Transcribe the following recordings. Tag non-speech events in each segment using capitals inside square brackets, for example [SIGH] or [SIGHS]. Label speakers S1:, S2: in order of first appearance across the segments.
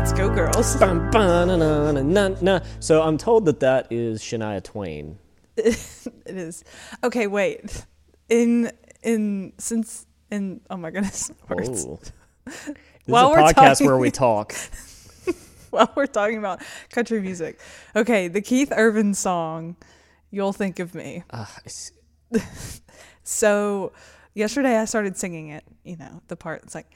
S1: house.
S2: Bum, ba, na, na, na, na, na. So I'm told that that is Shania Twain.
S1: It is. Okay, wait. In in since in oh my goodness. [LAUGHS] Words.
S2: Whoa. This
S1: While
S2: is a
S1: we're
S2: podcast
S1: talking-
S2: where we talk.
S1: [LAUGHS] While we're talking about country music. Okay, the Keith Urban song You'll Think of Me.
S2: Ah, it's-
S1: So yesterday I started singing it, you know, the part it's like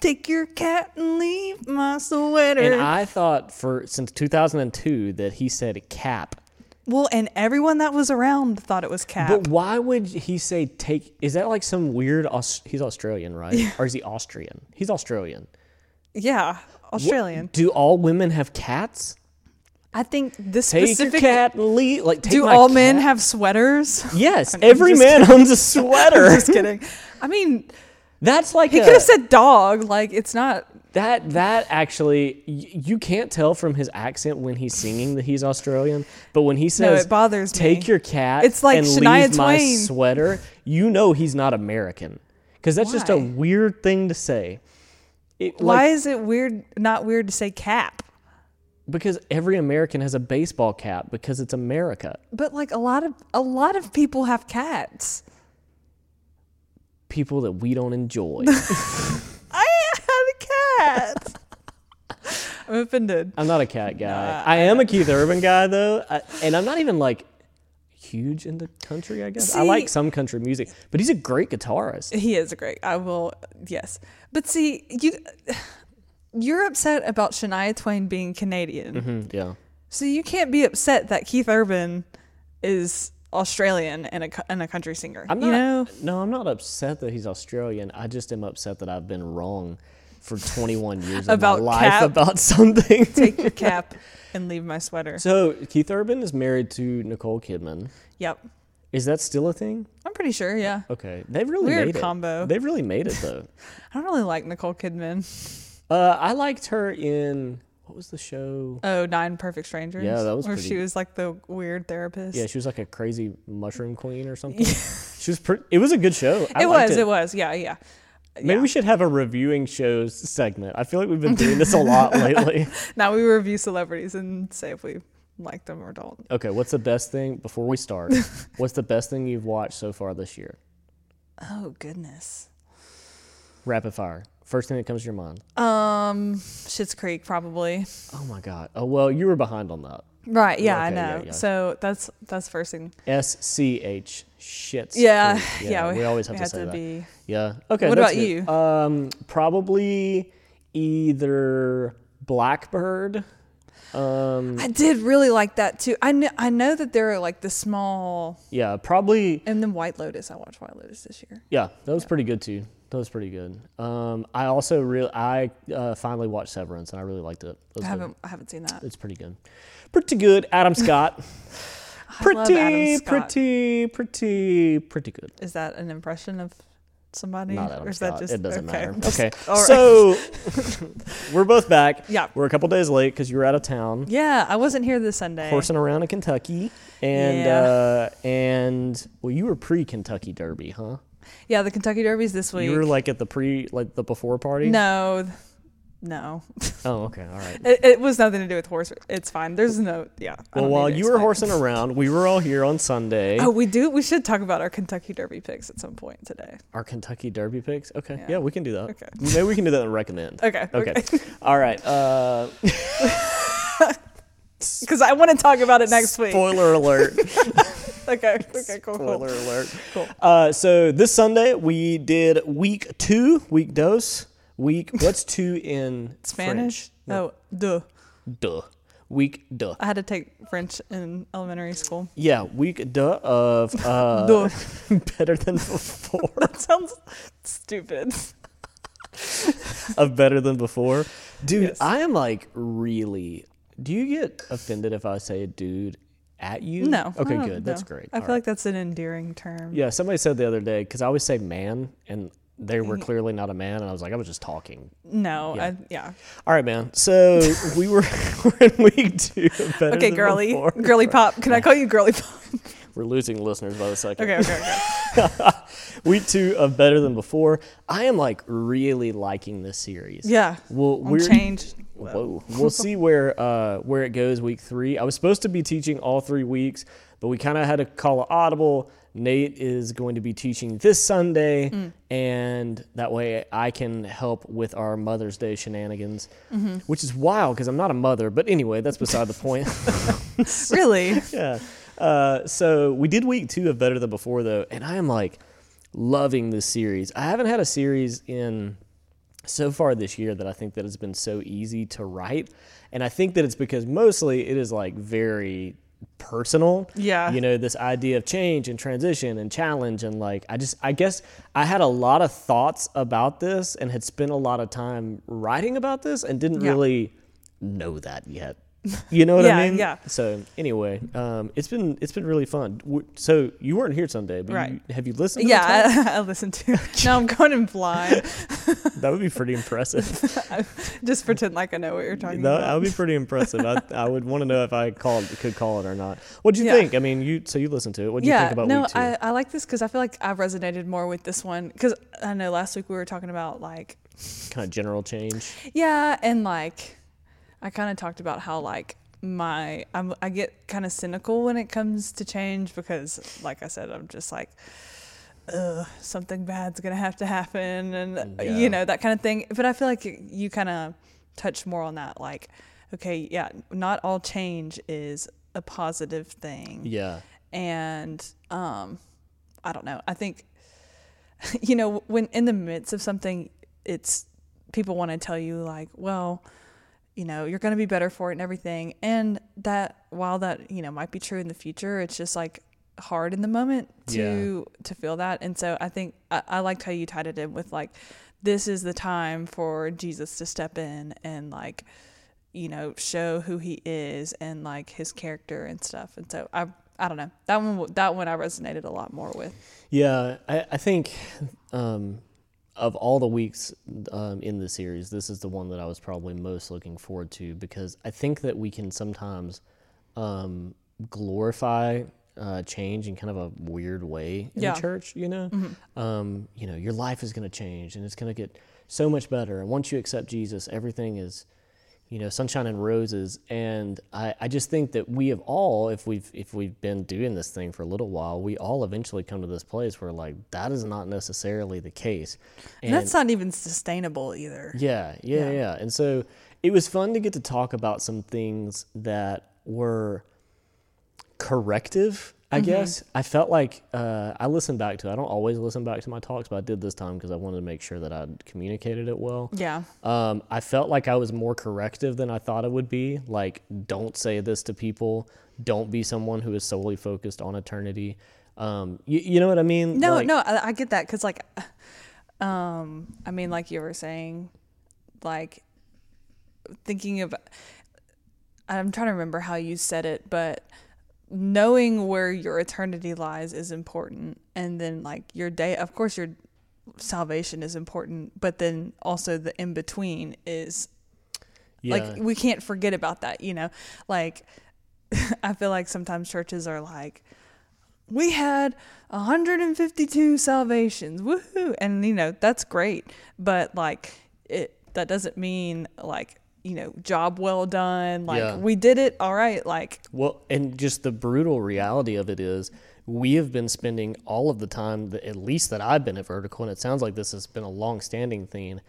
S1: take your cat and leave my sweater.
S2: and I thought for since 2002 that he said cap.
S1: well, and everyone that was around thought it was cat.
S2: But why would he say take? Is that like some weird? Aus- he's Australian, right? Or is he Austrian? He's Australian.
S1: yeah, Australian.
S2: Do all women have cats?
S1: I think this
S2: Take
S1: specific
S2: your cat and leave. Like, take
S1: Do
S2: my
S1: all men
S2: cat.
S1: have sweaters? [LAUGHS]
S2: Yes,
S1: I'm
S2: every
S1: just
S2: man owns a
S1: I'm
S2: sweater.
S1: just kidding. I mean,
S2: That's like
S1: he
S2: a-
S1: could have said dog. Like, it's not.
S2: that. That actually, y- you can't tell from his accent when he's singing that he's Australian. But when
S1: No,
S2: he says,
S1: it bothers me.
S2: "Take your cat,"
S1: It's like
S2: and
S1: Shania
S2: leave my
S1: Twain.
S2: sweater. You know he's not American because that's just a
S1: Why?
S2: weird thing to say. It, like,
S1: Why is it weird? Not weird to say cap.
S2: Because every American has a baseball cap because it's America.
S1: But like a lot of a lot of people have cats.
S2: People that we
S1: [LAUGHS]
S2: don't enjoy.
S1: I had a cat. [LAUGHS] I'm offended.
S2: I'm not a cat guy. I am a Keith Urban guy though, I, and I'm not even like huge in the country. I guess I
S1: See-
S2: like some country music, but he's a great guitarist.
S1: He is great. I will. Yes, but see you. You're upset about Shania Twain being Canadian.
S2: Mhm, yeah,
S1: So you can't be upset that Keith Urban is Australian and a co- and a country singer.
S2: I'm not.
S1: you
S2: [LAUGHS]
S1: know,
S2: No, I'm not upset that he's Australian. I just am upset that I've been wrong for 21 years
S1: About
S2: of my life
S1: cap.
S2: about [LAUGHS] something.
S1: take your cap and leave my sweater.
S2: so Keith Urban is married to Nicole Kidman.
S1: yep,
S2: Is that still a thing?
S1: I'm pretty sure. Yeah,
S2: Okay, they've really
S1: Weird
S2: made
S1: combo.
S2: it. They've really made it
S1: [LAUGHS]
S2: though.
S1: I don't really like Nicole Kidman. [LAUGHS]
S2: Uh, I liked her in what was the show?
S1: Oh, Nine Perfect Strangers.
S2: Yeah, that was
S1: where
S2: pretty-
S1: she was like the weird therapist.
S2: Yeah, she was like a crazy mushroom queen or
S1: [LAUGHS]
S2: something. she was pretty. It was a good show. I
S1: it
S2: liked
S1: was. It.
S2: It.
S1: was. Yeah, yeah.
S2: Maybe we should have a reviewing shows segment. I feel like we've been doing this
S1: [LAUGHS]
S2: a lot lately.
S1: Now we review celebrities and say if we like them or don't.
S2: Okay, what's the best thing before
S1: [LAUGHS]
S2: we start? What's the best thing you've watched so far this year?
S1: Oh goodness.
S2: Rapid fire. First thing that comes to your mind.
S1: Um, Schitt's Creek probably.
S2: Oh my god. Oh well, you were behind on that.
S1: Right. Yeah, I
S2: Okay, yeah,
S1: know.
S2: yeah.
S1: So that's that's the first thing.
S2: S C H shits.
S1: Yeah, [LAUGHS]
S2: Creek.
S1: yeah.
S2: we, always have
S1: we
S2: to
S1: had
S2: say that.
S1: Be,
S2: Yeah. Okay.
S1: What
S2: that's
S1: about
S2: good.
S1: you?
S2: Um, probably either Blackbird. Um,
S1: I did really like that too. I know, I know that there are like the small
S2: yeah, probably.
S1: and then White Lotus. I watched White Lotus this year.
S2: Yeah, that was pretty good too. That was pretty good. Um, I also really, I uh, finally watched Severance, and I really liked it. It was
S1: I
S2: good.
S1: haven't I haven't seen that.
S2: It's pretty good. Pretty good.
S1: [LAUGHS]
S2: Adam Scott. pretty,
S1: love Adam Scott.
S2: pretty, pretty, pretty good.
S1: Is that an impression of somebody?
S2: Not Adam
S1: or is
S2: Scott.
S1: that just
S2: it doesn't
S1: okay.
S2: matter.
S1: [LAUGHS]
S2: Okay.
S1: All right.
S2: So
S1: [LAUGHS]
S2: we're both back.
S1: Yeah.
S2: We're a couple days late because you were out of town.
S1: Yeah, I wasn't here this Sunday.
S2: horsing around in Kentucky, and
S1: Yeah.
S2: uh, and well, you were pre Kentucky Derby, huh?
S1: Yeah, the Kentucky Derby's this week.
S2: You were like at the pre, like the before party.
S1: no. th- No.
S2: Oh, okay,
S1: [LAUGHS]
S2: all right.
S1: It, it was nothing to do with horse. It's fine. There's no yeah. I
S2: Well,
S1: don't
S2: while
S1: need to
S2: you were
S1: explain.
S2: horsing around, we were all here on Sunday.
S1: Oh, we do. We should talk about our Kentucky Derby picks at some point today.
S2: Our Kentucky Derby picks. Okay, yeah,
S1: Yeah.
S2: we can
S1: [LAUGHS]
S2: do that.
S1: Okay.
S2: Maybe we can do that and recommend.
S1: Okay. [LAUGHS]
S2: Okay. all right. Uh,
S1: Because I want to talk about it [LAUGHS] next week.
S2: spoiler alert.
S1: Okay. [LAUGHS] Okay. Cool.
S2: Spoiler
S1: cool.
S2: alert.
S1: Cool.
S2: Uh, so this Sunday we did week two, week dose, week. What's two in
S1: [LAUGHS] Spanish.
S2: French? No,
S1: Oh, duh.
S2: duh. Week duh.
S1: I had to take French in elementary school. [LAUGHS]
S2: Yeah, week duh of uh,
S1: Duh.
S2: [LAUGHS] better than before
S1: That sounds stupid.
S2: of better than before. Dude,
S1: Yes.
S2: I am like really. Do you get offended if I say dude at you?
S1: No. I
S2: Okay,
S1: don't
S2: good. That's
S1: know.
S2: great.
S1: I
S2: All
S1: feel
S2: right.
S1: like that's an endearing term.
S2: yeah, somebody said the other day because I always say man, and they were
S1: Mm-hmm.
S2: clearly not a man, and I was like, I was just talking.
S1: No.
S2: Yeah.
S1: I, yeah.
S2: All right, man. So we were [LAUGHS] we're in week two. Of better
S1: Okay,
S2: than
S1: girly.
S2: before. [LAUGHS]
S1: Girly pop. Can I call you girly pop?
S2: We're losing listeners by the second. [LAUGHS]
S1: Okay. Okay. Okay.
S2: Week two of Better Than Before. I am like really liking this series.
S1: Yeah.
S2: Well,
S1: I'm
S2: we're
S1: changed.
S2: Whoa. [LAUGHS] we'll see where uh, where it goes week three. I was supposed to be teaching all three weeks, but we kind of had to call it audible. Nate is going to be teaching this Sunday, and that way I can help with our Mother's Day shenanigans, which is wild because I'm not a mother. But anyway, that's beside the point. [LAUGHS]
S1: Really?
S2: yeah. Uh, so we did week two of Better Than Before though, and I am like loving this series. I haven't had a series in so far this year that I think that it's been so easy to write, and I think that it's because mostly it is like very personal.
S1: Yeah.
S2: You know this idea of change and transition and challenge and like I just I guess I had a lot of thoughts about this and had spent a lot of time writing about this and didn't
S1: Yeah.
S2: really know that yet. You know what I
S1: Yeah,
S2: mean?
S1: yeah.
S2: So anyway, um, it's been it's been really fun. W- So you weren't here Sunday, but
S1: Right.
S2: you, have you listened? To the talk?
S1: Yeah, [LAUGHS] I, I listened to. it. No, I'm going in blind.
S2: that would be
S1: [LAUGHS]
S2: pretty impressive.
S1: Just pretend like I know what you're talking
S2: that,
S1: about.
S2: that would be pretty impressive. I, I would want to know if I called could call it or not. What do you
S1: Yeah.
S2: think? I mean, you so you listened to it. What do you
S1: yeah,
S2: think about
S1: no,
S2: week two?
S1: I, I like this because I feel like I resonated more with this one because I know last week we were talking about like
S2: kind of general change.
S1: Yeah, and like I kind of talked about how like my I'm, I get kind of cynical when it comes to change because like I said I'm just like Ugh, something bad's gonna have to happen and uh,
S2: Yeah.
S1: you know that kind of thing. But I feel like y- you kind of touch more on that like okay yeah not all change is a positive thing
S2: Yeah.
S1: and um i don't know i think [LAUGHS] you know when in the midst of something it's people want to tell you like well you know you're going to be better for it and everything and that while that you know might be true in the future it's just like hard in the moment to to feel that and so i think I, I liked how you tied it in with like this is the time for jesus to step in and like you know show who he is and like his character and stuff and so i i don't know that one w- that one i resonated a lot more with
S2: Yeah, I, I think um, of all the weeks um, in the series, this is the one that I was probably most looking forward to because I think that we can sometimes um, glorify uh, change in kind of a weird way in
S1: Yeah. Mm-hmm.
S2: the church. You know, um, you know, your life is going to change and it's going to get so much better. And once you accept Jesus, everything is you know, sunshine and roses. And I, I just think that we have all, if we've if we've been doing this thing for a little while, we all eventually come to this place where like that is not necessarily the case.
S1: and, that's not even sustainable either
S2: Yeah, yeah, yeah,
S1: Yeah.
S2: And so it was fun to get to talk about some things that were corrective,
S1: Mm-hmm.
S2: I guess. I felt like uh, I listened back to, I don't always listen back to my talks, but I did this time because I wanted to make sure that I communicated it well.
S1: yeah
S2: Um, I felt like I was more corrective than I thought I would be. Like, don't say this to people. Don't be someone who is solely focused on eternity. Um, you, you know what I mean?
S1: no
S2: Like-
S1: no I, I get that because like [SIGHS] um i mean like you were saying like thinking of i'm trying to remember how you said it but knowing where your eternity lies is important and then like your day of course your salvation is important but then also the in between is
S2: Yeah.
S1: like we can't forget about that you know like [LAUGHS] i feel like sometimes churches are like we had 152 salvations woohoo and you know that's great but like it that doesn't mean like you know job well done like
S2: Yeah.
S1: we did it all right like
S2: Well, and just the brutal reality of it is we have been spending all of the time, that- at least that I've been at Vertical, and it sounds like this has been a long-standing thing,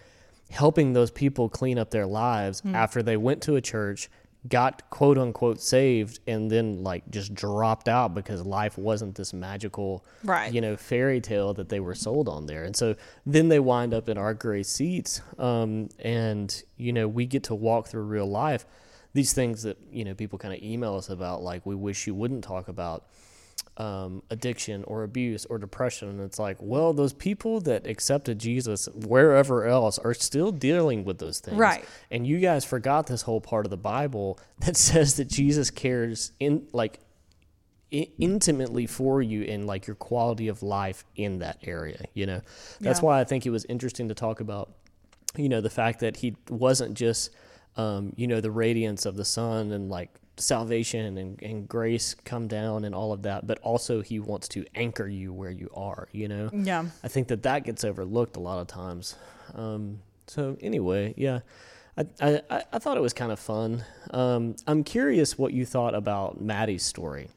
S2: helping those people clean up their lives after they went to a church, got quote unquote saved, and then like just dropped out because life wasn't this magical,
S1: Right.
S2: you know, fairy tale that they were sold on there. And so then they wind up in our gray seats, um, and you know, we get to walk through real life these things that you know people kind of email us about like we wish you wouldn't talk about um, addiction or abuse or depression and it's like well those people that accepted jesus wherever else are still dealing with those things
S1: Right.
S2: and you guys forgot this whole part of the bible that [LAUGHS] says that jesus cares in like I- intimately for you and like your quality of life in that area you know that's
S1: Yeah.
S2: why i think it was interesting to talk about you know the fact that he wasn't just um, you know the radiance of the sun and like salvation and, and grace come down and all of that, but also he wants to anchor you where you are, you know?
S1: Yeah.
S2: I think that that gets overlooked a lot of times. Um, so anyway, yeah, I, I, I- I thought it was kind of fun. Um, I'm curious what you thought about Maddie's story.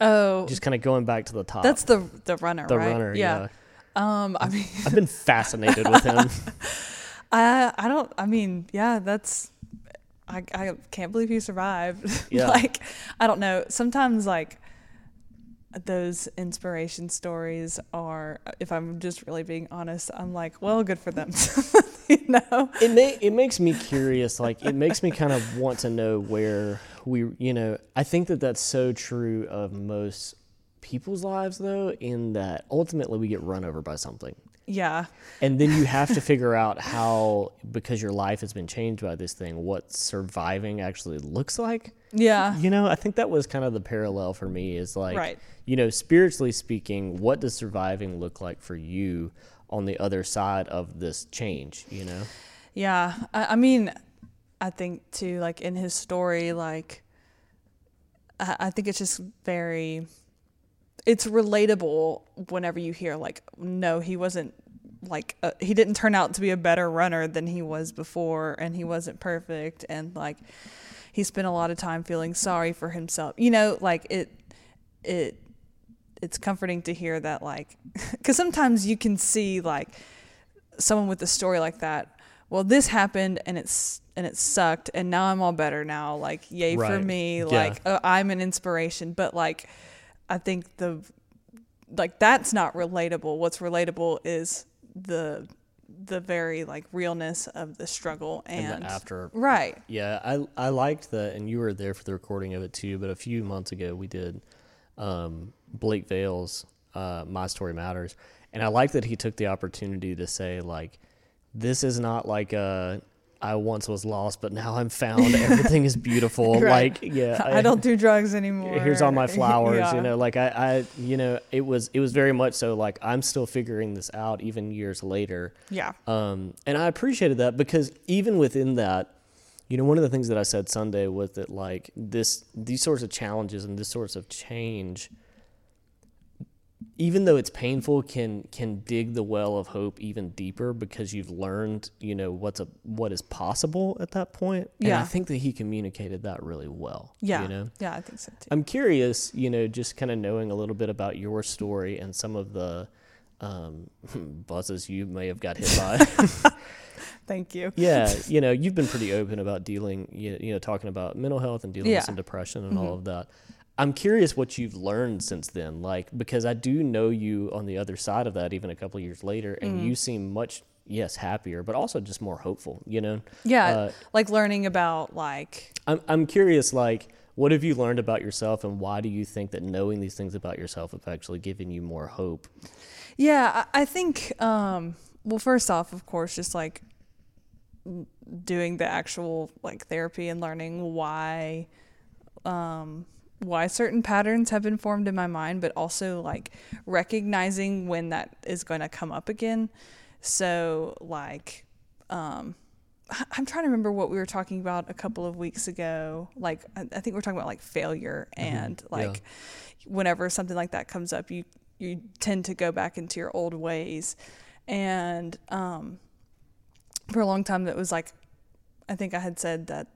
S1: Oh,
S2: Just kind of going back to the top.
S1: that's the the runner,
S2: the
S1: right?
S2: runner.
S1: yeah.
S2: Yeah.
S1: Um, I mean,
S2: I've been fascinated with him.
S1: [LAUGHS] I I don't. I mean, yeah, that's. I I can't believe you survived. [LAUGHS]
S2: Yeah.
S1: like, I don't know. Sometimes like those inspiration stories are if i'm just really being honest i'm like well good for them [LAUGHS] you know
S2: it may, it makes me curious. Like it makes me kind of want to know where we. You know, I think that that's so true of most people's lives, though, in that ultimately we get run over by something.
S1: yeah
S2: And then you have to figure out how, because your life has been changed by this thing, what surviving actually looks like.
S1: yeah
S2: You know, I think that was kind of the parallel for me is like,
S1: Right.
S2: you know, spiritually speaking, what does surviving look like for you on the other side of this change, you know?
S1: Yeah, I, I mean, I think too, like in his story, like I, I think it's just very, it's relatable whenever you hear like, no, he wasn't like uh, he didn't turn out to be a better runner than he was before, and he wasn't perfect, and like he spent a lot of time feeling sorry for himself. You know, like it, it. It's comforting to hear that, like, [LAUGHS] because sometimes you can see, like, someone with a story like that well this happened and it's and it sucked and now i'm all better now like yay for
S2: Right.
S1: me
S2: Yeah.
S1: like uh, i'm an inspiration but like i think the like that's not relatable what's relatable is the the very like realness of the struggle and,
S2: and the after
S1: right
S2: Yeah, I I liked that, and you were there for the recording of it too. But a few months ago, we did um, Blake Vale's uh, "My Story Matters," and I liked that he took the opportunity to say like, "This is not like a I once was lost, but now
S1: [LAUGHS]
S2: I'm found. Everything is beautiful."
S1: Right.
S2: Like, yeah,
S1: [LAUGHS] I, don't do drugs anymore
S2: Here's all my flowers,
S1: Yeah.
S2: you know. Like I, I, you know, it was it was very much so. Like I'm still figuring this out, even years later.
S1: yeah
S2: Um, and I appreciated that because even within that, you know, one of the things that I said Sunday was that like this, these sorts of challenges and this sorts of change, even though it's painful, can can dig the well of hope even deeper because you've learned, you know, what's a what is possible at that point. And I
S1: Yeah.
S2: think that he communicated that really well.
S1: yeah
S2: You know.
S1: yeah i think so too
S2: I'm curious, you know, just kind of knowing a little bit about your story and some of the um, [LAUGHS] buses you may have got hit by.
S1: thank you
S2: yeah, you know, you've been pretty open about dealing, you you know, talking about mental health and dealing
S1: Yeah.
S2: with some depression and all of that. I'm curious what you've learned since then, like because I do know you on the other side of that, even a couple of years later, and you seem much yes happier, but also just more hopeful. You know,
S1: yeah
S2: Uh,
S1: like learning about like
S2: I'm I'm curious, like what have you learned about yourself, and why do you think that knowing these things about yourself have actually given you more hope?
S1: Yeah, I I think. Um, well, first off, of course, just like n- doing the actual like therapy and learning why, um, why certain patterns have been formed in my mind, but also like recognizing when that is going to come up again. So like, um, I- I'm trying to remember what we were talking about a couple of weeks ago. Like, I I think we're talking about like failure and
S2: yeah.
S1: like whenever something like that comes up, you you tend to go back into your old ways. And um, for a long time, that was like, I think I had said that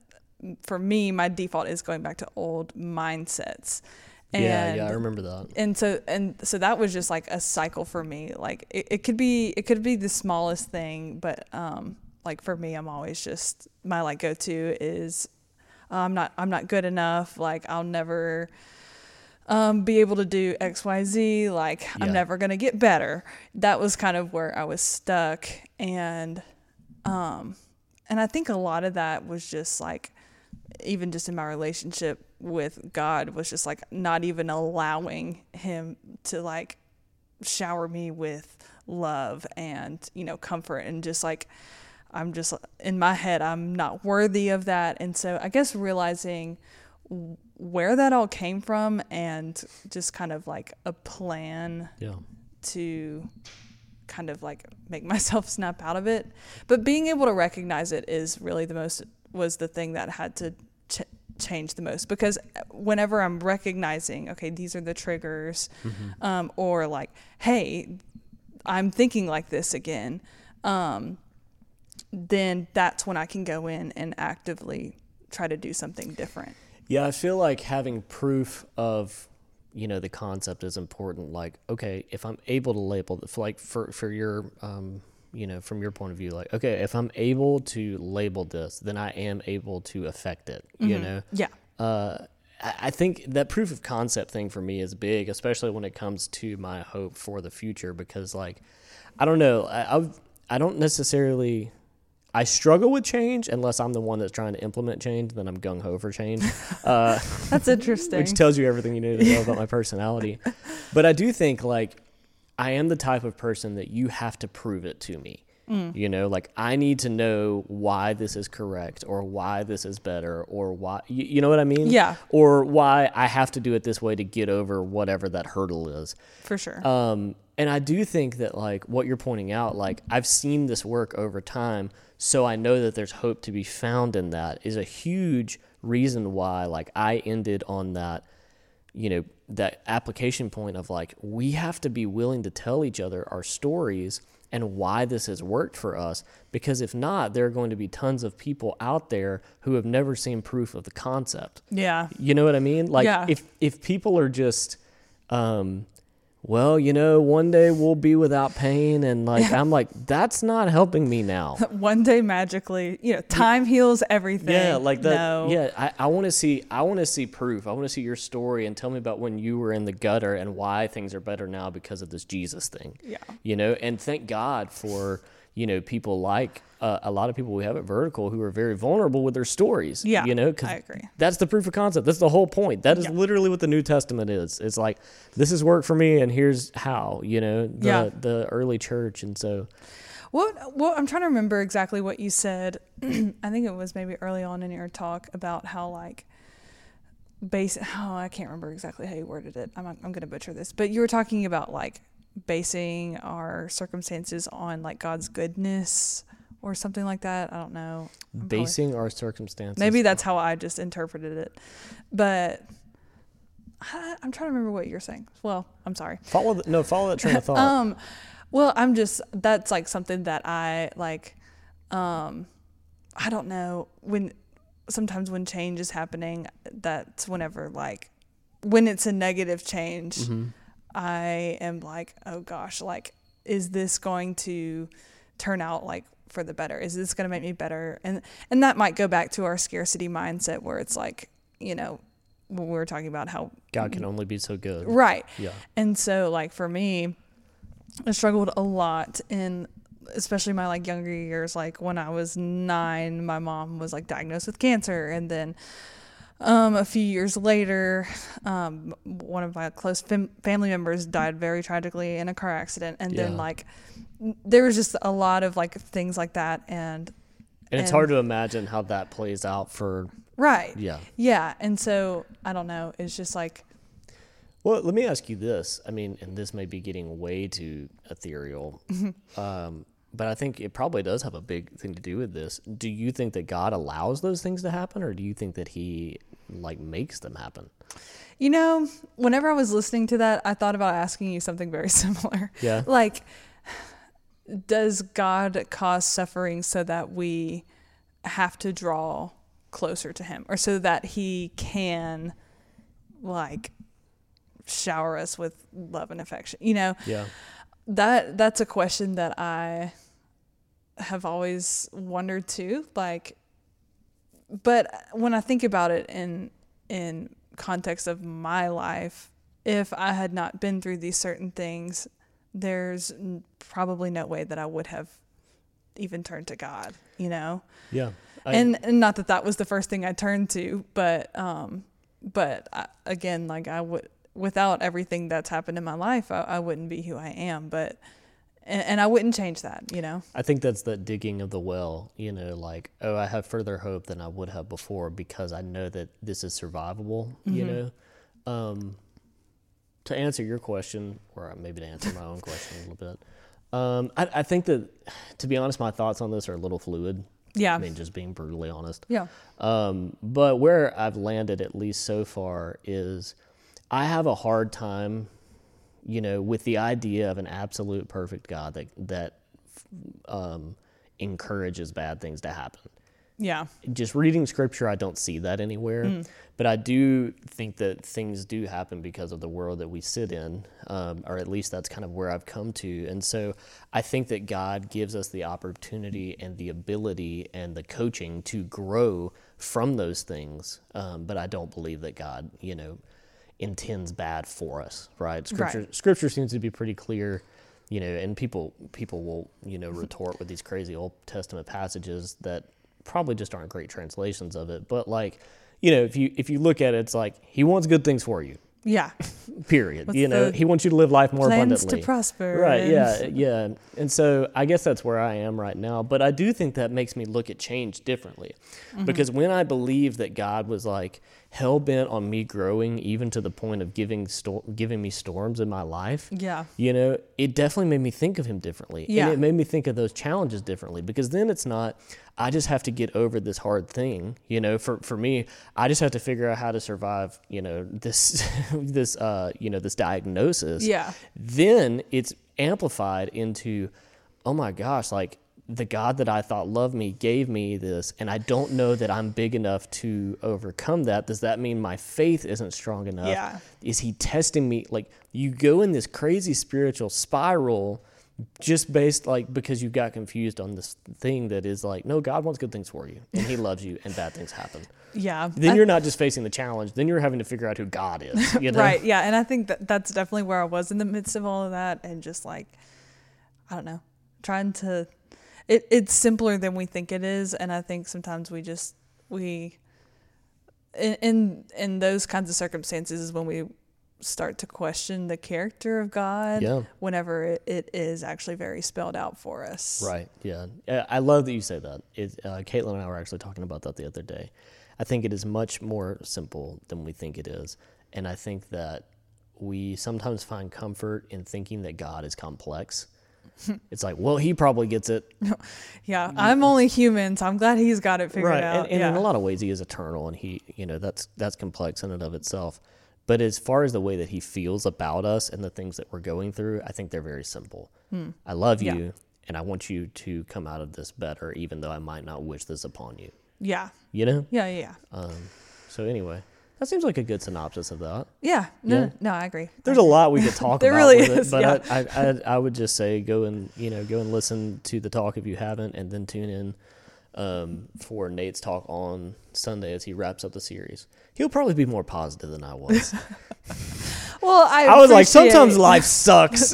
S1: for me, my default is going back to old mindsets. And
S2: yeah, yeah, I remember that.
S1: and so and so that was just like a cycle for me like it, it could be it could be the smallest thing but um like for me i'm always just my like go-to is uh, i'm not i'm not good enough like i'll never um, be able to do xyz like
S2: Yeah.
S1: i'm never gonna get better that was kind of where i was stuck and um and i think a lot of that was just like even just in my relationship with God was just like not even allowing him to like shower me with love and you know comfort and just like I'm just in my head I'm not worthy of that and so I guess realizing w- where that all came from and just kind of like a plan
S2: Yeah,
S1: to kind of like make [LAUGHS] myself snap out of it. But being able to recognize it is really the most was the thing that had to ch- change the most because uh, whenever I'm recognizing, okay, these are the triggers, um, or like, hey, I'm thinking like this again, um, then that's when I can go in and actively try to do something different.
S2: Yeah, I feel like having proof of you know the concept is important. Like, okay, if I'm able to label, if like for for your um, you know from your point of view, like, okay, if I'm able to label this, then I am able to affect it. You know,
S1: Yeah.
S2: uh, I I think that proof of concept thing for me is big, especially when it comes to my hope for the future. Because, like, I don't know, I I've, I don't necessarily. I struggle with change unless I'm the one that's trying to implement change. Then I'm gung ho for change, [LAUGHS] uh,
S1: That's interesting.
S2: which tells you everything you need to know about my personality. But I do think like I am the type of person that you have to prove it to me. You know, like I need to know why this is correct or why this is better or why you, you know what I mean?
S1: Yeah.
S2: Or why I have to do it this way to get over whatever that hurdle is.
S1: for sure.
S2: Um, and I do think that like what you're pointing out, like I've seen this work over time, so I know that there's hope to be found in that is a huge reason why like I ended on that, you know, that application point of like we have to be willing to tell each other our stories and why this has worked for us because if not there are going to be tons of people out there who have never seen proof of the concept
S1: yeah.
S2: you know what I mean? Like
S1: Yeah.
S2: if if people are just um well, you know, one day we'll be without pain and like I'm like that's not helping me now.
S1: [LAUGHS] One day magically, you know, time heals everything.
S2: Yeah, like that.
S1: No.
S2: Yeah, I, I want to see I want to see proof. I want to see your story and tell me about when you were in the gutter and why things are better now because of this Jesus thing.
S1: Yeah.
S2: you know, and thank God for you know people like uh, a lot of people we have at Vertical who are very vulnerable with their stories.
S1: Yeah,
S2: you know, 'cause
S1: I agree.
S2: That's the proof of concept. That's the whole point. That is
S1: Yeah.
S2: literally what the New Testament is. It's like this has worked for me, and here's how. You know, the
S1: Yeah.
S2: the early church, and so
S1: What? Well, I'm trying to remember exactly what you said. [CLEARS THROAT] I think it was maybe early on in your talk about how like base. Oh, I can't remember exactly how you worded it. I'm I'm gonna butcher this, but you were talking about like basing our circumstances on like God's goodness or something like that. I don't know. I'm probably-
S2: basing our circumstances.
S1: Maybe that's how I just interpreted it, but I, I'm trying to remember what you're saying. Well, I'm sorry.
S2: follow the, no follow that train of thought.
S1: [LAUGHS] Um, well, I'm just that's like something that I like. Um, I don't know when sometimes when change is happening, that's whenever like when it's a negative change,
S2: Mm-hmm.
S1: I am like, oh gosh, like is this going to turn out like for the better? Is this going to make me better? And and that might go back to our scarcity mindset where it's like, you know, when we were talking about how
S2: God can only be so good.
S1: right
S2: Yeah.
S1: and so, like for me, I struggled a lot in especially my like younger years. Like when I was nine, my mom was like diagnosed with cancer, and then um, a few years later, um, one of my close fam- family members died very tragically in a car accident, and then
S2: Yeah.
S1: like there was just a lot of like things like that, and
S2: And it's
S1: And-
S2: hard to imagine how that plays out for
S1: right,
S2: yeah.
S1: yeah, and so I don't know. It's just like
S2: Well, let me ask you this. I mean, and this may be getting way too ethereal, um, but I think it probably does have a big thing to do with this. Do you think that God allows those things to happen, or do you think that He like makes them happen?
S1: You know, whenever I was listening to that, I thought about asking you something very [LAUGHS] similar.
S2: Yeah.
S1: Like, does God cause suffering so that we have to draw closer to Him or so that He can, like, shower us with love and affection? You know,
S2: Yeah.
S1: that that's a question that I have always wondered too. Like, but when I think about it in in context of my life, if I had not been through these certain things, there's n- probably no way that I would have even turned to God. You know,
S2: Yeah.
S1: and, and not that that was the first thing I turned to, but um, but I, again, like I would without everything that's happened in my life, I, I wouldn't be who I am. But and, and I wouldn't change that, you know.
S2: I think that's that digging of the well, you know, like, oh, I have further hope than I would have before because I know that this is survivable, you know? Um, to answer your question, or maybe to answer my own question a little bit, um, I, I think that, to be honest, my thoughts on this are a little fluid.
S1: Yeah.
S2: I mean, just being brutally honest.
S1: Yeah.
S2: Um, but where I've landed, at least so far, is I have a hard time, you know, with the idea of an absolute perfect God that that um, encourages bad things to happen
S1: Yeah.
S2: just reading scripture, I don't see that anywhere. But I do think that things do happen because of the world that we sit in, um, or at least that's kind of where I've come to. And so I think that God gives us the opportunity and the ability and the coaching to grow from those things. Um, but I don't believe that God, you know, intends bad for us, right? Scripture, scripture seems to be pretty clear you know and people people will you know retort with these crazy old testament passages that probably just aren't great translations of it but like you know if you if you look at it it's like he wants good things for you
S1: Yeah.
S2: period
S1: What's
S2: you know
S1: the
S2: he wants you to live life more
S1: Plans
S2: abundantly
S1: to prosper.
S2: right
S1: and-
S2: yeah yeah and so i guess that's where i am right now but i do think that makes me look at change differently
S1: Mm-hmm.
S2: because when i believed that god was like hell-bent on me growing even to the point of giving stor- giving me storms in my life
S1: Yeah.
S2: you know, it definitely made me think of him differently.
S1: Yeah.
S2: And it made me think of those challenges differently because then it's not, I just have to get over this hard thing. You know, for, for me, I just have to figure out how to survive, you know, this, [LAUGHS] this, uh, you know, this diagnosis.
S1: Yeah.
S2: Then it's amplified into, oh my gosh, like the God that I thought loved me gave me this, and I don't know that I'm big enough to overcome that. Does that mean my faith isn't strong enough?
S1: Yeah.
S2: Is he testing me? Like you go in this crazy spiritual spiral just based like because you got confused on this thing that is like, no, God wants good things for you and he loves you and bad
S1: [LAUGHS]
S2: things happen.
S1: Yeah.
S2: Then
S1: I-
S2: you're not just facing the challenge, then you're having to figure out who
S1: [LAUGHS]
S2: God is. You know?
S1: Right. Yeah. And I think that that's definitely where I was in the midst of all of that and just like, I don't know, trying to, it, it's simpler than we think it is. And I think sometimes we just, we, in, in, in those kinds of circumstances is when we start to question the character of God
S2: Yeah.
S1: whenever it, it is actually very spelled out for us.
S2: Right. Yeah. Uh, I love that you say that. It, uh, Caitlin and I were actually talking about that the other day. I think it is much more simple than we think it is. And I think that we sometimes find comfort in thinking that God is complex. it's like, well, he probably gets it.
S1: Yeah. I'm only human. So I'm glad he's got it figured
S2: right.
S1: out.
S2: And, and
S1: yeah.
S2: in a lot of ways, he is eternal and he, you know, that's, that's complex in and of itself. But as far as the way that he feels about us and the things that we're going through, I think they're very simple. I love
S1: Hmm. Yeah.
S2: you and I want you to come out of this better, even though I might not wish this upon you.
S1: yeah.
S2: You know?
S1: Yeah. Yeah. Yeah.
S2: Um, so, anyway, that seems like a good synopsis of that.
S1: Yeah. No,
S2: Yeah.
S1: no, I agree.
S2: There's a lot we could
S1: [LAUGHS]
S2: talk
S1: There
S2: about,
S1: really
S2: with it,
S1: is,
S2: but
S1: yeah.
S2: I, I, I, I would just say go and you know go and listen to the talk if you haven't, and then tune in um, for Nate's talk on Sunday as he wraps up the series. He'll probably be more positive than I was.
S1: Well, [LAUGHS] I,
S2: I was like,
S1: appreciate-
S2: sometimes life sucks,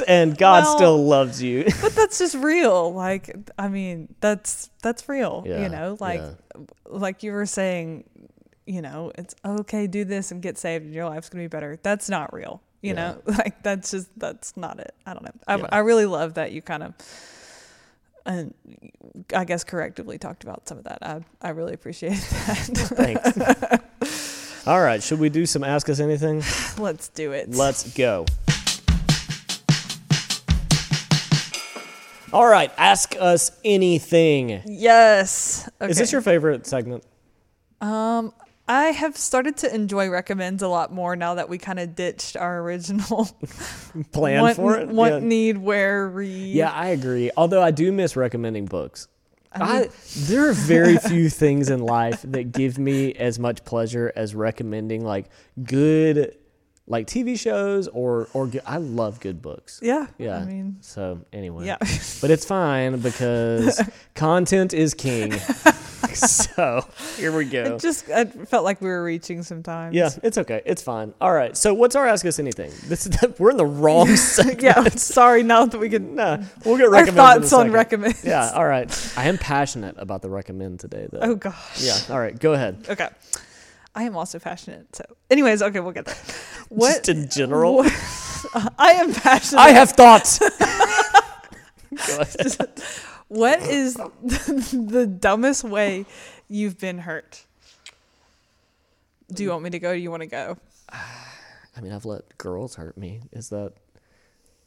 S1: [LAUGHS]
S2: and God
S1: Well-
S2: still
S1: [LAUGHS]
S2: loves you.
S1: but that's just real. Like, I mean, that's that's real.
S2: Yeah,
S1: you know, like
S2: [LAUGHS] yeah.
S1: like you were saying, you know, it's okay, do this and get saved, and your life's gonna be better. That's not real. You
S2: Yeah.
S1: know, [LAUGHS] like that's just that's not it. I don't know. I,
S2: Yeah.
S1: I really love that you kind of. And I guess correctively talked about some of that. I, I really appreciate [LAUGHS] that.
S2: Thanks.
S1: [LAUGHS]
S2: All right, should we do some ask us anything?
S1: Let's do it.
S2: Let's go. All right, ask us anything.
S1: yes. Okay.
S2: Is this your favorite segment?
S1: Um, I have started to enjoy recommends a lot more now that we kind of ditched our original
S2: Plan
S1: want,
S2: for it?
S1: want,
S2: yeah.
S1: need, where, read.
S2: Yeah, I agree. Although I do miss recommending books.
S1: I
S2: I, there are very few things in life that give me as much pleasure as recommending like good like TV shows or or good, I love good books.
S1: Yeah.
S2: Yeah.
S1: I mean,
S2: so anyway.
S1: yeah.
S2: But it's fine
S1: [LAUGHS]
S2: because content is king. so here we go.
S1: it [LAUGHS] just I felt like we were reaching sometimes.
S2: Yeah, it's okay. It's fine. All right. So what's our ask us anything? This is we're in the wrong segment.
S1: [LAUGHS] [LAUGHS]
S2: [LAUGHS]
S1: yeah. Sorry, now that we can. [LAUGHS]
S2: Nah, we'll get
S1: Our
S2: recommended.
S1: thoughts on
S2: [LAUGHS] recommend.
S1: recommends.
S2: Yeah. All right. I am passionate about the recommend today, though.
S1: [LAUGHS] Oh gosh.
S2: Yeah. All right. Go ahead.
S1: Okay. I am also passionate. So, anyways, okay, we'll get there. What?
S2: [LAUGHS] Just in general,
S1: what- [LAUGHS] I am passionate.
S2: I
S1: [LAUGHS]
S2: have thoughts. Go ahead.
S1: What is [LAUGHS] the dumbest way you've been hurt? Do you want me to go? Or do you want to go?
S2: I mean, I've let girls hurt me. Is that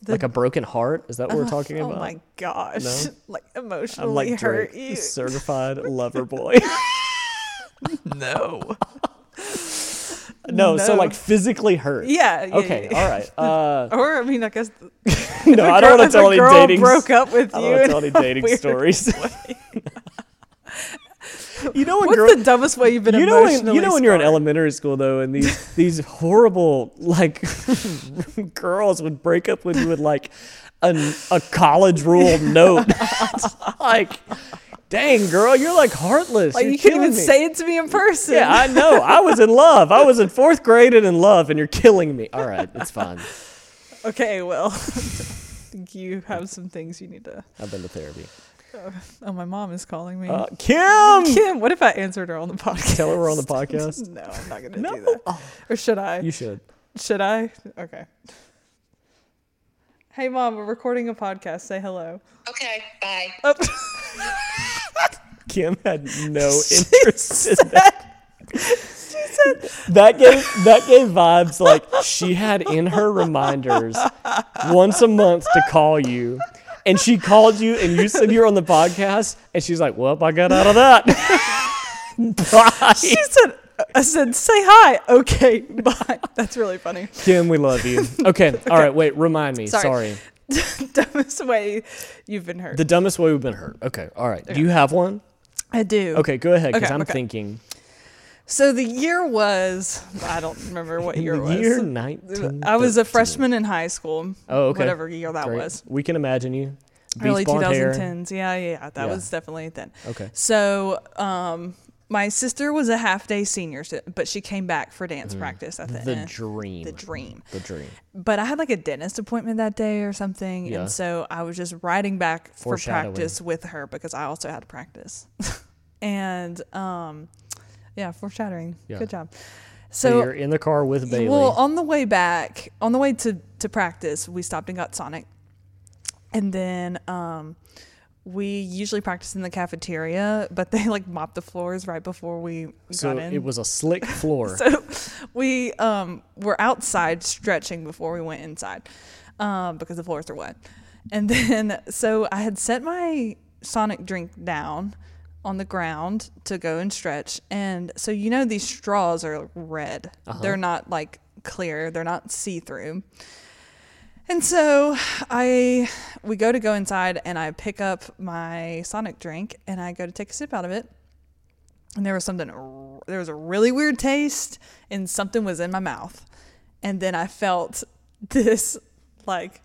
S1: The-
S2: like a broken heart. Is that what we're talking
S1: oh
S2: about?
S1: my gosh.
S2: No?
S1: [LAUGHS] Like emotionally
S2: I'm like
S1: hurt
S2: Drake,
S1: you. [LAUGHS]
S2: certified lover boy.
S1: No.
S2: no, so
S1: No.
S2: like physically hurt.
S1: Yeah. yeah,
S2: Okay,
S1: yeah, yeah.
S2: all
S1: [LAUGHS]
S2: right. Uh,
S1: Or I mean, I guess the,
S2: no, I don't want to tell
S1: the
S2: any
S1: girl
S2: dating.
S1: broke up with
S2: I
S1: you.
S2: don't want to
S1: in [LAUGHS]
S2: tell any
S1: a
S2: dating
S1: weird-
S2: stories.
S1: [LAUGHS]
S2: [LAUGHS] you know when
S1: What's
S2: girl,
S1: the dumbest way you've been
S2: you know when
S1: emotionally
S2: you know when you're in
S1: scarred?
S2: elementary school though, and
S1: [LAUGHS]
S2: these these horrible like [LAUGHS] girls would break up with you with like an, a
S1: [LAUGHS]
S2: college rule note, [LAUGHS] It's like. Dang, girl, you're like heartless.
S1: Like
S2: You're
S1: you couldn't
S2: killing
S1: even
S2: me.
S1: say it to me in person.
S2: Yeah, I know. I was in love. I was in fourth grade and in love, and you're killing me. All right, it's fine.
S1: [LAUGHS] okay, well, [LAUGHS] I think you have some things you need to.
S2: I've been to therapy.
S1: Oh, my mom is calling me.
S2: Uh,
S1: [LAUGHS]
S2: Kim,
S1: Kim, what if I answered her on the podcast? [LAUGHS]
S2: tell her we're on the podcast.
S1: No, I'm not gonna do
S2: No,
S1: that. Or should I?
S2: you should.
S1: should I? Okay. Hey, mom, we're recording a podcast. Say hello.
S3: Okay, bye.
S1: Oh, [LAUGHS]
S2: Kim had no
S1: [LAUGHS] She
S2: interest in that. that gave that gave vibes like she had in her reminders once a month to call you, and she called you, and you said you're on the podcast, and she's like, "Well, I got out of that." [LAUGHS] Bye.
S1: she said. I said, say hi. Okay, [LAUGHS] bye. That's really funny. [LAUGHS]
S2: Kim, we love you. Okay, all right. Wait, remind me. Sorry.
S1: Sorry. Dumbest way you've been hurt.
S2: The dumbest way we've been hurt. Okay, all right. Do you have one?
S1: I do.
S2: Okay, go ahead because
S1: Okay,
S2: I'm
S1: okay.
S2: thinking.
S1: So the year was I don't remember what [LAUGHS] year it was.
S2: year 19.
S1: I was a freshman in high school.
S2: Oh, okay.
S1: Whatever year that
S2: Great.
S1: was.
S2: We can imagine you. Beach
S1: Early
S2: blonde hair.
S1: 2010s. Yeah, yeah, yeah. That
S2: Yeah.
S1: was definitely then.
S2: Okay.
S1: So, um, my sister was a half day senior, so- but she came back for dance practice at the,
S2: The
S1: end.
S2: dream.
S1: The dream.
S2: The dream.
S1: But I had like a dentist appointment that day or something,
S2: Yeah.
S1: and so I was just riding back for
S2: Foreshadowing.
S1: practice with her because I also had to practice. [LAUGHS] and um, yeah, foreshadowing.
S2: Yeah.
S1: Good job.
S2: So,
S1: So
S2: you're in the car with Bailey.
S1: Well, on the way back, on the way to to practice, we stopped and got Sonic, and then um, we usually practice in the cafeteria, but they like mopped the floors right before we
S2: so
S1: got in. [LAUGHS]
S2: it was a slick floor.
S1: so we um, were outside stretching before we went inside um, because the floors are wet, and then [LAUGHS] so I had set my Sonic drink down. On the ground to go and stretch, and so you know these straws are red. They're not like clear. They're not see through. And so I we go to go inside and I pick up my sonic drink and I go to take a sip out of it. And there was something r- there was a really weird taste and something was in my mouth. And then I felt [LAUGHS] this like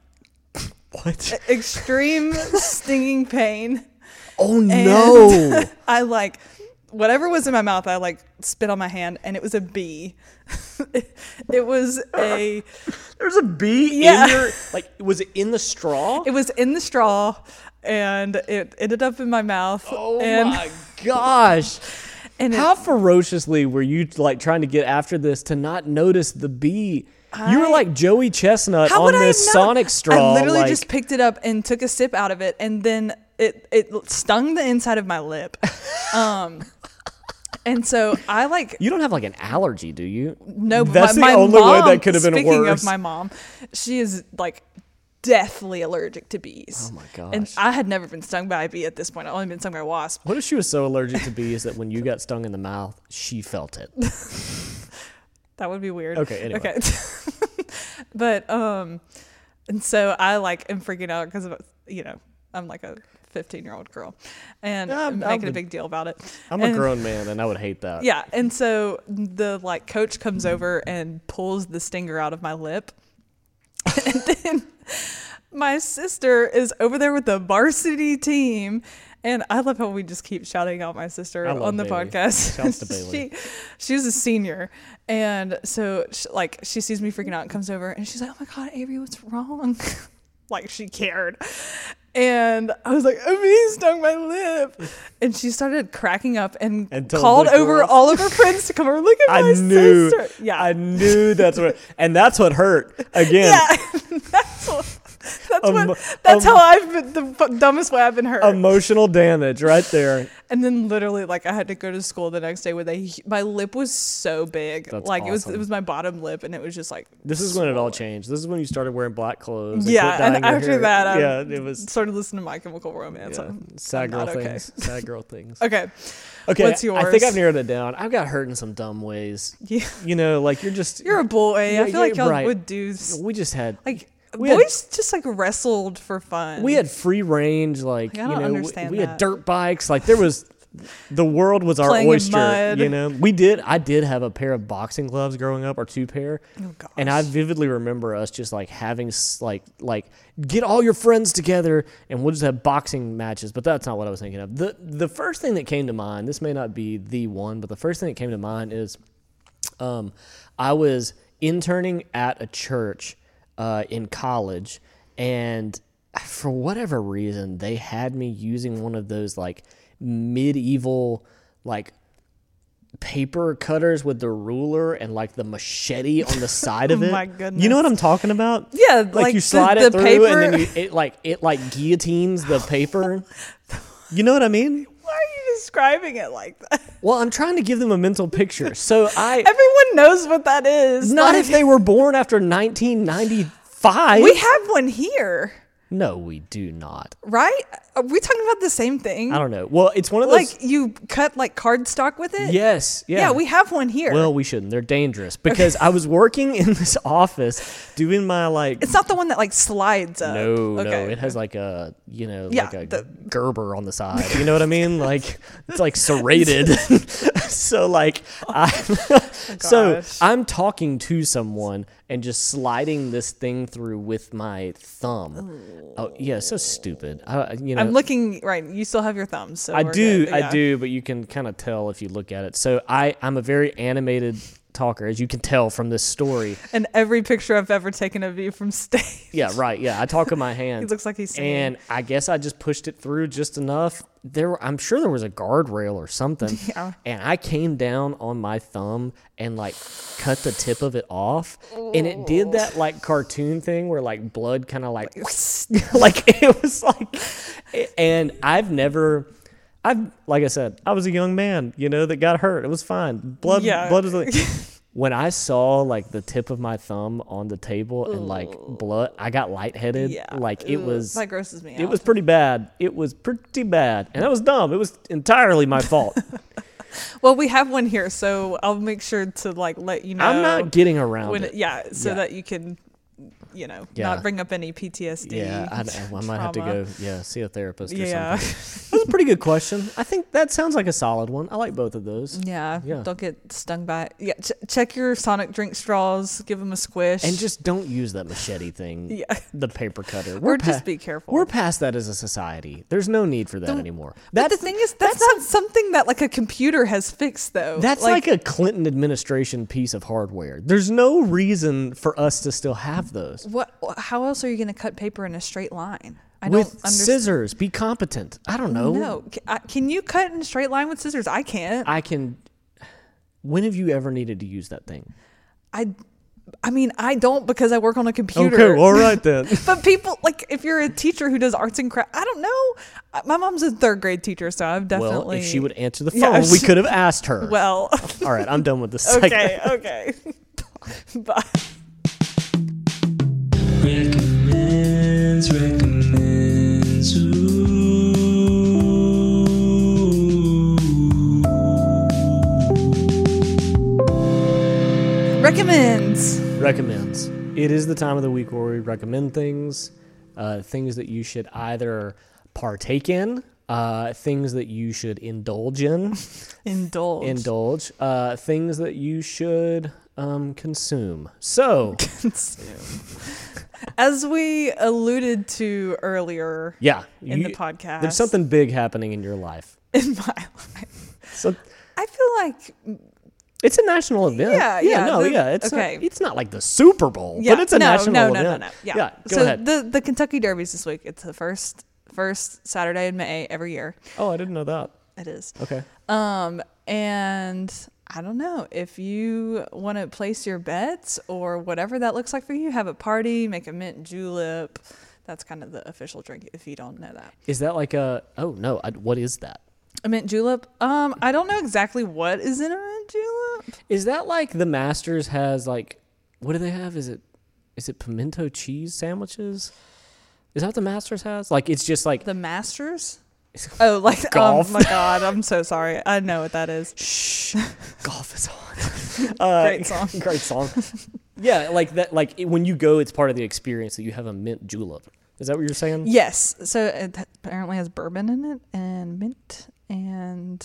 S2: [LAUGHS]
S1: e-,
S2: what? [LAUGHS]
S1: extreme stinging pain. [LAUGHS]
S2: Oh
S1: And [LAUGHS]
S2: no!
S1: I like whatever was in my mouth, I like spit on my hand and it was a bee. [LAUGHS] it was a
S2: There's a bee
S1: Yeah. [LAUGHS]
S2: in your like. Was it in the straw?
S1: It was in the straw, and it ended up in my mouth.
S2: oh
S1: and,
S2: my gosh!
S1: And it-
S2: How ferociously were you like trying to get after this to not notice the bee? you were
S1: I-
S2: like Joey Chestnut
S1: how
S2: on
S1: would I have
S2: this
S1: known?
S2: Sonic straw.
S1: I literally
S2: like,
S1: just picked it up and took a sip out of it, and then it it stung the inside of my
S2: [LAUGHS]
S1: lip. Um, and so I like
S2: you don't have like an allergy, do you?
S1: no. but
S2: that's
S1: my,
S2: the
S1: my
S2: only
S1: mom,
S2: way that could have been
S1: speaking
S2: worse.
S1: of my mom, she is like deathly allergic to bees.
S2: Oh my
S1: And
S2: gosh.
S1: I had never been stung by a bee at this point. I've only been stung by a wasp.
S2: what if she was so allergic to bees that when you got stung in the mouth, she
S1: [LAUGHS]
S2: felt it?
S1: That would be weird.
S2: Okay, anyway.
S1: Okay. [LAUGHS] but um and so I like am freaking out because of you know, I'm like a 15-year-old girl and
S2: Yeah,
S1: I'm,
S2: I'm-
S1: making
S2: I'm-
S1: a big deal about it.
S2: I'm
S1: and,
S2: a grown man, and I would hate that.
S1: Yeah, and so the like coach comes over and pulls the stinger out of my lip. [LAUGHS] and then my sister is over there with the varsity team. And I love how we just keep shouting out my sister
S2: I love
S1: on the
S2: Bailey.
S1: podcast. [LAUGHS]
S2: Shouts to
S1: she,
S2: Bailey.
S1: she's a senior. And so, she, like, she sees me freaking out and comes over and she's like, oh my God, Avery, what's wrong? [LAUGHS] like, she cared. And I was like, I'm being stung my lip. And she started cracking up and,
S2: And told
S1: called
S2: the
S1: over
S2: girls.
S1: all of her friends to come over.
S2: [LAUGHS]
S1: Look at
S2: I
S1: my
S2: knew.
S1: sister. Yeah.
S2: I knew that's what, and that's what hurt. Again,
S1: yeah. [LAUGHS] That's what- That's
S2: Um,
S1: what. That's how
S2: um,
S1: I've been the fu- dumbest way I've been hurt.
S2: Emotional damage right there.
S1: and then literally, like, I had to go to school the next day with a. hu- My lip was so big,
S2: That's
S1: like it was.
S2: awesome.
S1: It was my bottom lip, and it was just like
S2: This is when it all changed. This is when you started wearing black clothes.
S1: Yeah,
S2: quit dyeing
S1: and
S2: your
S1: after
S2: hair.
S1: that, I
S2: yeah, it was
S1: started listening to My Chemical Romance.
S2: yeah,
S1: I'm-
S2: sad girl
S1: not okay.
S2: things. Sad
S1: [LAUGHS]
S2: girl things.
S1: Okay,
S2: Okay,
S1: What's
S2: I think
S1: yours?
S2: I've narrowed it down. I've got hurt in some dumb ways.
S1: Yeah.
S2: you know, like you're just
S1: you're a boy.
S2: Yeah,
S1: I feel like
S2: yeah,
S1: y'all
S2: right.
S1: would do s-
S2: we just had
S1: like
S2: We had-
S1: boys just like wrestled for fun.
S2: we had free range like,
S1: Like, I
S2: you
S1: don't
S2: know we,
S1: understand
S2: we
S1: that.
S2: had dirt bikes like there was the world was our
S1: Playing in
S2: oyster
S1: mud.
S2: you know we did i did have a pair of boxing gloves growing up or two pair
S1: Oh gosh.
S2: and i vividly remember us just like having s- like like get all your friends together and we'll just have boxing matches but that's not what i was thinking of the the first thing that came to mind this may not be the one but the first thing that came to mind is um, I was interning at a church uh, in college, and for whatever reason, they had me using one of those like medieval like paper cutters with the ruler and like the machete on the side
S1: [LAUGHS]
S2: of
S1: Oh
S2: it.
S1: my
S2: You
S1: goodness.
S2: know what I'm talking about?
S1: Yeah,
S2: like,
S1: like
S2: you
S1: the-
S2: slide
S1: the
S2: it through and then you, it like it like guillotines
S1: [LAUGHS]
S2: the paper. you know what I mean?
S1: Why are you describing it like that? [LAUGHS]
S2: Well, I'm trying to give them a mental picture. So I
S1: Everyone knows what that is.
S2: Not
S1: Like,
S2: if they were born after 1995.
S1: we have one here,
S2: no, we do not.
S1: right? Are we talking about the same thing?
S2: I don't know. Well, it's one of those.
S1: Like you cut like cardstock with it.
S2: yes, yeah.
S1: Yeah, we have one here.
S2: Well, we shouldn't. They're dangerous because I was working in this office doing my like.
S1: it's not the one that like slides up.
S2: no, no,
S1: Uh, Okay.
S2: it has like a you know
S1: Yeah,
S2: like a
S1: the-
S2: Gerber on the side. You know what I mean?
S1: [LAUGHS]
S2: Like it's like serrated. [LAUGHS] so like I, [LAUGHS] so
S1: Oh gosh.
S2: I'm talking to someone and just sliding this thing through with my thumb. Oh yeah, so stupid. I, you know,
S1: I'm looking right. You still have your thumbs. So
S2: I
S1: we're
S2: do,
S1: good,
S2: I
S1: yeah.
S2: do, but you can kind of tell if you look at it. So I, I'm a very animated talker, as you can tell from this story.
S1: And every picture I've ever taken of you from [LAUGHS] stage,
S2: Yeah, right. Yeah, I talk
S1: [LAUGHS]
S2: in my hands.
S1: he looks like he's singing.
S2: and I guess I just pushed it through just enough. There, were, I'm sure there was a guardrail or something.
S1: [LAUGHS] Yeah.
S2: And I came down on my thumb and like cut the tip of it off, and it did that like cartoon thing where like blood kind of like [LAUGHS] like it was like and i've never i've like i said i was a young man you know that got hurt it was fine blood
S1: Yeah.
S2: blood is like [LAUGHS] when i saw like the tip of my thumb on the table and like blood i got lightheaded
S1: yeah,
S2: like it
S1: Ugh,
S2: was
S1: that grosses me out.
S2: it was pretty bad it was pretty bad and that was dumb it was entirely
S1: [LAUGHS]
S2: my fault
S1: Well, we have one here, so I'll make sure to like let you know.
S2: i'm not getting around
S1: when
S2: it
S1: it, yeah, so
S2: Yeah.
S1: that you can, you know,
S2: Yeah.
S1: not bring up any PTSD.
S2: yeah I, I- I might have to
S1: trauma.
S2: go yeah see a therapist or
S1: Yeah,
S2: something
S1: [LAUGHS]
S2: that's a pretty good question i think that sounds like a solid one i like both of those
S1: yeah,
S2: Yeah.
S1: Don't get stung by. It. Yeah, ch- check your sonic drink straws. Give them a squish.
S2: And just don't use that machete thing.
S1: [LAUGHS] Yeah.
S2: The paper cutter.
S1: or
S2: We're
S1: just
S2: pa-
S1: be careful.
S2: We're past that as a society. There's no need for that anymore.
S1: but
S2: That's
S1: the thing is, that's, not something that like a computer has fixed though.
S2: that's like, a Clinton administration piece of hardware. There's no reason for us to still have those.
S1: what? How else are you going to cut paper in a straight line? I
S2: With
S1: don't understand.
S2: scissors, be competent. I don't know.
S1: No, C- I- can you cut in a straight line with scissors? I can't.
S2: I can. When have you ever needed to use that thing?
S1: I, I mean, I don't because I work on a computer. [LAUGHS]
S2: right then.
S1: But people like if you're a teacher who does arts and craft, I don't know. Uh, My mom's a third grade teacher, so I've definitely.
S2: well, if she would answer the phone,
S1: Yeah, if
S2: we
S1: she-
S2: could have asked her.
S1: Well,
S2: [LAUGHS]
S1: [LAUGHS]
S2: All right, I'm done with this. segment.
S1: okay, okay. [LAUGHS] Bye.
S3: Recommends, recommends, ooh.
S1: Recommends.
S2: recommends. It is the time of the week where we recommend things, uh, things that you should either partake in, uh, things that you should indulge in,
S1: Indulge.
S2: indulge, uh, things that you should um, consume.
S1: [LAUGHS]
S2: So,
S1: As we alluded to earlier
S2: yeah,
S1: in the
S2: you-
S1: podcast,
S2: there's something big happening in your life.
S1: in my [LAUGHS] life.
S2: So
S1: I feel like
S2: it's a national event.
S1: Yeah, yeah,
S2: no,
S1: the-
S2: yeah. It's
S1: okay.
S2: not, it's not like the Super Bowl,
S1: yeah,
S2: but it's a
S1: no,
S2: national
S1: no,
S2: event.
S1: No, no, no, Yeah.
S2: go
S1: so
S2: ahead.
S1: the the Kentucky Derby's this week. It's the first first Saturday in May every year.
S2: oh, I didn't know that.
S1: It is.
S2: Okay.
S1: Um, and I don't know if you want to place your bets or whatever that looks like for you. Have a party, make a mint julep, That's kind of the official drink if you don't know that.
S2: Is that like a? Oh no! I, what is that?
S1: A mint julep. Um, I don't know exactly what is in a mint julep.
S2: Is that like the Masters has like? What do they have? Is it? Is it pimento cheese sandwiches? Is that what the Masters has? Like it's just like
S1: The
S2: [LAUGHS]
S1: Masters. Oh, like
S2: Golf.
S1: oh my god! I'm so sorry. I know what that is. [LAUGHS]
S2: shh, golf is on. [LAUGHS] Uh,
S1: Great song.
S2: great song. [LAUGHS] Yeah, like that. Like it- when you go, it's part of the experience that you have a mint julep. Is that what you're saying?
S1: Yes. So it apparently has bourbon in it and mint and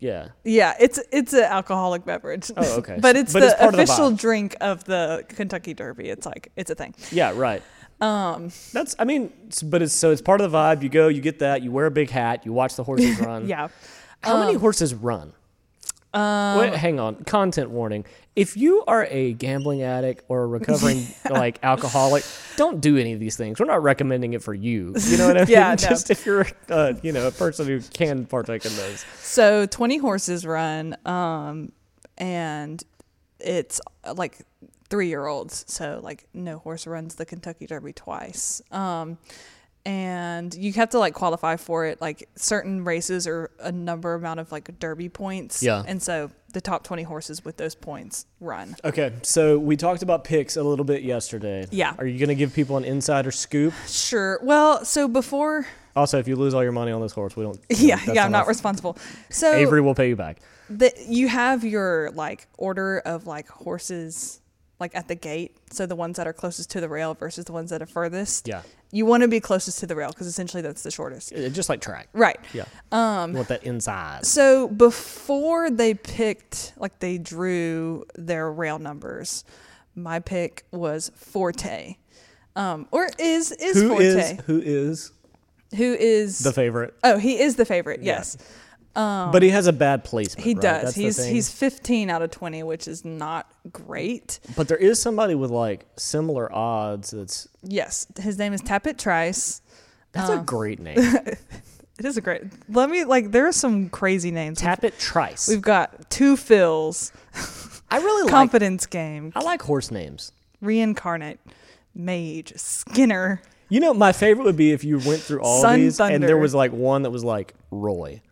S2: Yeah.
S1: yeah, it's it's an alcoholic beverage.
S2: Oh, okay.
S1: but it's
S2: But
S1: the
S2: it's part of the
S1: official
S2: vibe.
S1: drink of the Kentucky Derby. It's like it's a thing.
S2: Yeah. Right.
S1: Um,
S2: That's. I mean, it's- but it's so it's part of the vibe. You go, you get that. You wear a big hat. You watch the horses run.
S1: yeah.
S2: How many horses run? Wait, hang on. Content warning. If you are a gambling addict or
S1: [LAUGHS]
S2: a recovering like alcoholic, don't do any of these things. We're not recommending it for you. You know
S1: [LAUGHS]
S2: what I mean?
S1: Yeah, no.
S2: [LAUGHS] Just if you're uh, you know a person who can partake in those.
S1: So 20 horses run, um, and it's uh, like three year olds. So, like, no horse runs the Kentucky Derby twice. Um, and you have to like qualify for it. Like, certain races are a number amount of like derby points.
S2: Yeah.
S1: And so the top 20 horses with those points run.
S2: Okay, so we talked about picks a little bit yesterday.
S1: Yeah.
S2: Are you gonna give people an insider scoop?
S1: Sure. Well, so before, [LAUGHS]
S2: Also, if you lose all your money on this horse, we don't.
S1: yeah,
S2: that's
S1: yeah, I'm
S2: on
S1: not
S2: us.
S1: responsible. So,
S2: Avery will pay you back.
S1: that you have your like order of like horses like at the gate so the ones that are closest to the rail versus the ones that are furthest
S2: Yeah.
S1: you want to be closest to the rail because essentially that's the shortest
S2: Uh, Just like track.
S1: right
S2: Yeah. Um. You want that inside?
S1: so before they picked like they drew their rail numbers my pick was forte um or is is
S2: Who
S1: forte
S2: is who is
S1: who is
S2: the favorite?
S1: oh he is the favorite
S2: Yeah.
S1: yes
S2: but he has a bad placement.
S1: he
S2: right?
S1: does
S2: That's the
S1: he's
S2: thing.
S1: he's 15 out of 20 which is not great
S2: But there is somebody with like similar odds. That's
S1: Yes, his name is Tappet Trice.
S2: that's
S1: Oh.
S2: a
S1: [LAUGHS]
S2: great name.
S1: It is a great. Let me like. There are some crazy names.
S2: Tappet Trice.
S1: We've got two fills,
S2: I really like.
S1: confidence game,
S2: I like horse names.
S1: reincarnate, mage, Skinner.
S2: You know, my favorite would be if you went through all
S1: Sun
S2: these and there
S1: Thunder.
S2: was like one that was like Roy.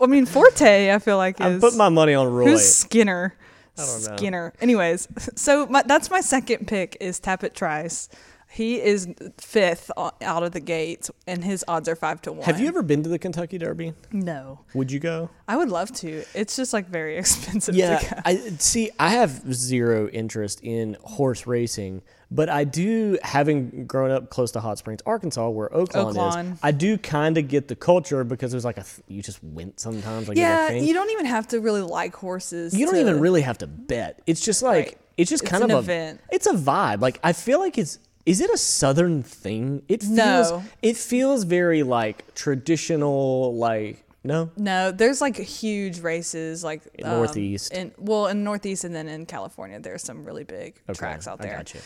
S1: I mean Forte. I feel like is
S2: I put my money on Roy.
S1: who's Skinner.
S2: I don't know.
S1: Skinner. Anyways, so my, that's my second pick is Tappet Trice. He is fifth o- out of the gates, and his odds are five to one.
S2: Have you ever been to the Kentucky Derby?
S1: No,
S2: Would you go?
S1: I would love to. It's just like very [LAUGHS] expensive. to go.
S2: Yeah, I see. I have zero interest in horse racing, but I do. Having grown up close to Hot Springs, Arkansas, where Oaklawn,
S1: Oaklawn.
S2: is, I do kind of get the culture because there's like a th- you just went sometimes. Like there's a
S1: Yeah,
S2: thing.
S1: you don't even have to really like horses.
S2: You don't
S1: to-
S2: even really have to bet. It's just like
S1: Right.
S2: it's just
S1: It's
S2: kind
S1: an
S2: of
S1: event.
S2: a it's a vibe. Like I feel like it's is it a southern thing? It feels
S1: No.
S2: it feels very like traditional like no.
S1: No, there's like huge races like um,
S2: In Northeast.
S1: In, well, in Northeast and then in California, there's some really big tracks out there.
S2: I got you.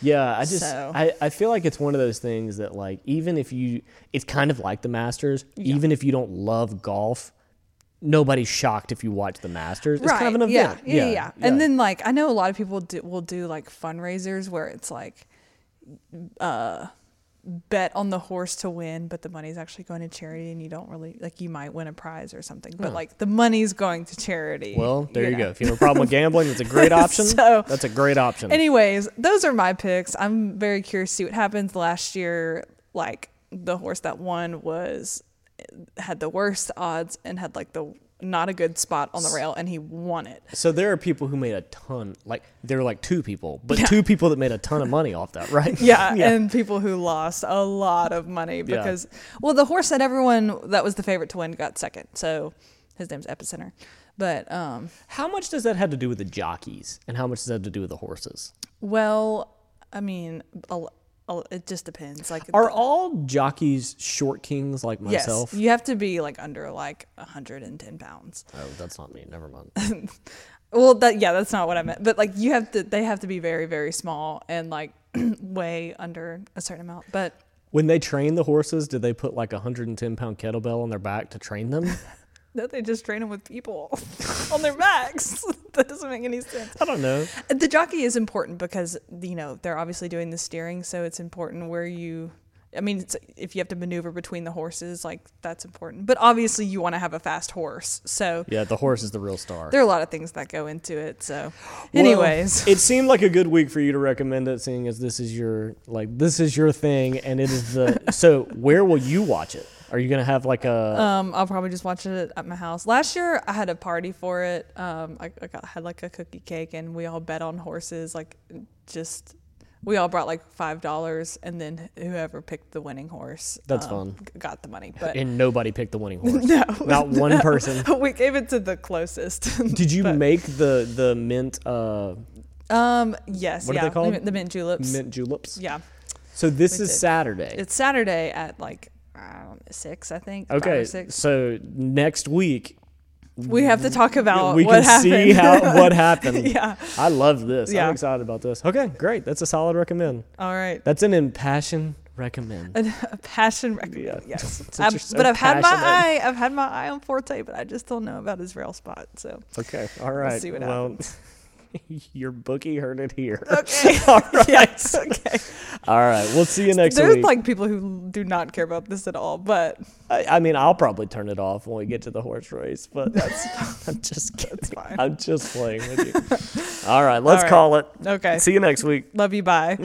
S2: Yeah, I just
S1: So-
S2: I, I feel like it's one of those things that like even if you it's kind of like the Masters, even if you don't love golf, nobody's shocked if you watch the Masters. It's kind of an
S1: yeah,
S2: event.
S1: Yeah, yeah, yeah. And then like I know a lot of people do, will do like fundraisers where it's like uh bet on the horse to win, but the money's actually going to charity and you don't really like you might win a prize or something, but like the money's going to charity.
S2: Hmm. well, there you,
S1: know.
S2: go. If you have a problem with gambling, that's
S1: [LAUGHS]
S2: a great option.
S1: So-
S2: that's a great option.
S1: Anyways, those are my picks. I'm very curious to see what happens. Last year, like the horse that won was had the worst odds and had like the not a good spot on the rail, and he won it.
S2: So there are people who made a ton, like there were like two people, but
S1: Yeah.
S2: two people that made a ton of money off that, right?
S1: [LAUGHS] Yeah, Uh, and people who lost a lot of money because well, the horse that everyone that was the favorite to win got second. So his name's Epicenter. But um
S2: how much does that have to do with the jockeys, and how much does that have to do with the horses?
S1: well, I mean, a l- a l- it just depends. Like
S2: Are all jockeys short kings like
S1: yes,
S2: myself?
S1: you have to be like under like 110 pounds.
S2: Oh, that's not me. Never [LAUGHS] mind.
S1: Well, that yeah, that's not what I meant. But like you have to, they have to be very very small and like [CLEARS THROAT] way under a certain amount. But
S2: when they train the horses, did they put like a hundred and ten pound kettlebell on their back to train them?
S1: No, they just train them with people [LAUGHS] on their backs. [LAUGHS] that doesn't make any sense.
S2: I don't [LAUGHS] know.
S1: Uh, The jockey is important because you know they're obviously doing the steering, so it's important where you. I mean, it's, if you have to maneuver between the horses, like that's important. But obviously, you want to have a fast horse, so
S2: Yeah, the horse is the real star.
S1: there are a lot of things that go into it. So,
S2: Well,
S1: anyways,
S2: it seemed like a good week for you to recommend it, seeing as this is your like this is your thing, and it is
S1: [LAUGHS]
S2: the. so where will you watch it? Are you gonna have like a?
S1: um, I'll probably just watch it at my house. Last year, I had a party for it. Um, I, I got, had like a cookie cake, and we all bet on horses. Like, just we all brought like five dollars, and then whoever picked the winning horse
S2: That's
S1: um,
S2: fun.
S1: g- got the money. But [LAUGHS]
S2: and nobody picked the winning horse.
S1: no, [LAUGHS]
S2: Not one person.
S1: we gave it to the closest.
S2: Did you make the the mint uh,
S1: um, [LAUGHS] yes,
S2: What are
S1: yeah,
S2: they called?
S1: The, mint- the mint juleps.
S2: mint juleps?
S1: yeah,
S2: So this
S1: We
S2: is
S1: did.
S2: Saturday.
S1: it's Saturday at like I don't know, six, I think. five or
S2: okay,
S1: six.
S2: so next week
S1: we have to talk about
S2: we
S1: what
S2: can
S1: happened.
S2: see
S1: [LAUGHS]
S2: how what happened.
S1: yeah.
S2: I love this.
S1: Yeah.
S2: I'm excited about this. Okay, great. That's a solid recommend.
S1: All right.
S2: That's an impassioned recommend.
S1: A, [LAUGHS] a passion record.
S2: Yeah.
S1: Yes.
S2: Since
S1: I've-
S2: you're so
S1: but I've had my eye.
S2: passionate.
S1: I've had my eye on Forte, but I just don't know about his rail spot. So
S2: Okay, all right.
S1: see what
S2: well, [LAUGHS] your bookie heard it here.
S1: okay.
S2: [LAUGHS] all [LAUGHS] right.
S1: yes. Okay.
S2: All right. We'll see you next
S1: There's
S2: week.
S1: like people who do not care about this at all, but
S2: I, I mean, I'll probably turn it off when we get to the horse race,
S1: [LAUGHS]
S2: but that's, I'm just kidding.
S1: fine.
S2: I'm just playing with you. All right, let's
S1: right.
S2: call it.
S1: okay.
S2: See you next week.
S1: Love you. Bye.